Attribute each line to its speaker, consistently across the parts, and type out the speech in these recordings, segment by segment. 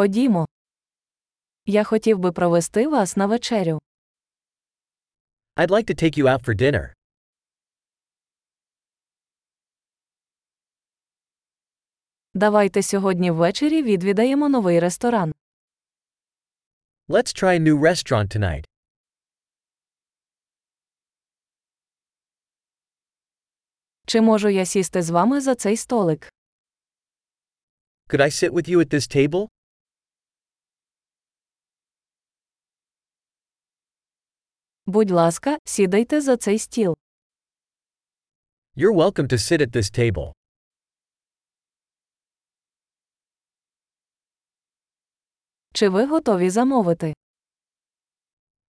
Speaker 1: Ходімо. Я хотів би провести вас на вечерю.
Speaker 2: I'd like to take you out for dinner.
Speaker 1: Давайте сьогодні ввечері відвідаємо новий ресторан.
Speaker 2: Let's try a new restaurant tonight.
Speaker 1: Чи можу я сісти з вами за цей столик?
Speaker 2: Could I sit with you at this table?
Speaker 1: Будь ласка, сідайте за цей стіл.
Speaker 2: You're welcome to sit at this table.
Speaker 1: Чи ви готові замовити?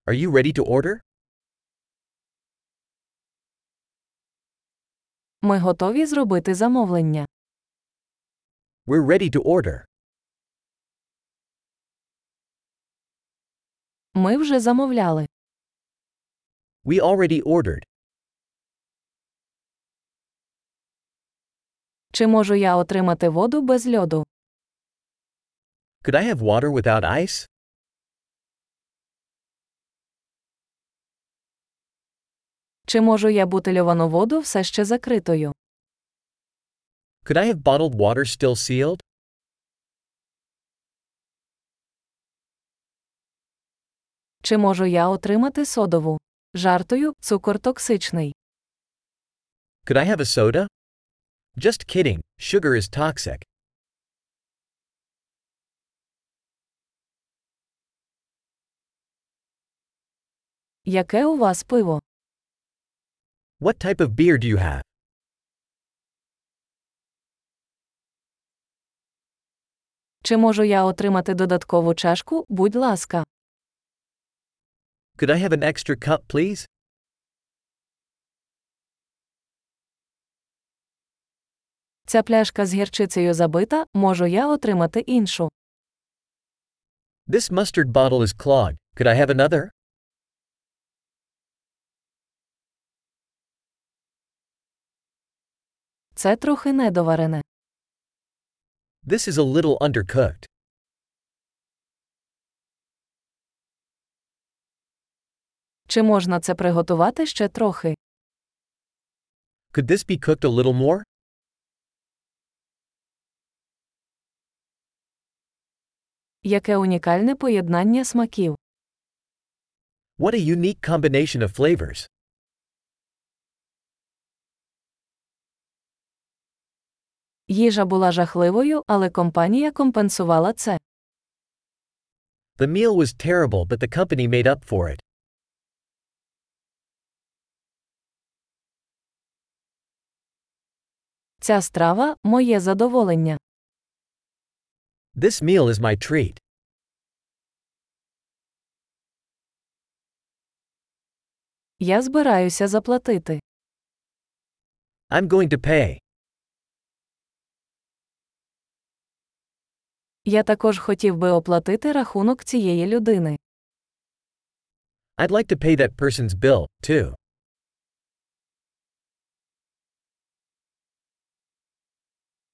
Speaker 2: Are you ready to order?
Speaker 1: Ми готові зробити замовлення.
Speaker 2: We're ready to order.
Speaker 1: Ми вже замовляли.
Speaker 2: We already ordered.
Speaker 1: Чи можу я отримати воду без льоду?
Speaker 2: Could I have water without ice?
Speaker 1: Чи можу я бутильовану воду все ще закритою?
Speaker 2: Could I have bottled water still sealed?
Speaker 1: Чи можу я отримати содову? Жартою, цукор токсичний.
Speaker 2: Could I have a soda? Just kidding, sugar is toxic.
Speaker 1: Яке у вас пиво?
Speaker 2: What type of beer do you have?
Speaker 1: Чи можу я отримати додаткову чашку, будь ласка?
Speaker 2: Could I have an extra cup, please?
Speaker 1: Ця пляшка з гірчицею забита, можу я отримати іншу.
Speaker 2: This mustard bottle is clogged. Could I have another?
Speaker 1: Це трохи недоварене.
Speaker 2: This is a little undercooked.
Speaker 1: Чи можна це приготувати ще трохи?
Speaker 2: Could this be cooked a little more?
Speaker 1: Яке унікальне поєднання смаків.
Speaker 2: What a unique combination of flavors.
Speaker 1: Їжа була жахливою, але компанія компенсувала це.
Speaker 2: The meal was terrible, but the company made up for it.
Speaker 1: Ця страва моє задоволення.
Speaker 2: This meal is my treat.
Speaker 1: Я збираюся заплатити.
Speaker 2: I'm going to pay.
Speaker 1: Я також хотів би оплатити рахунок цієї людини.
Speaker 2: I'd like to pay that person's bill, too.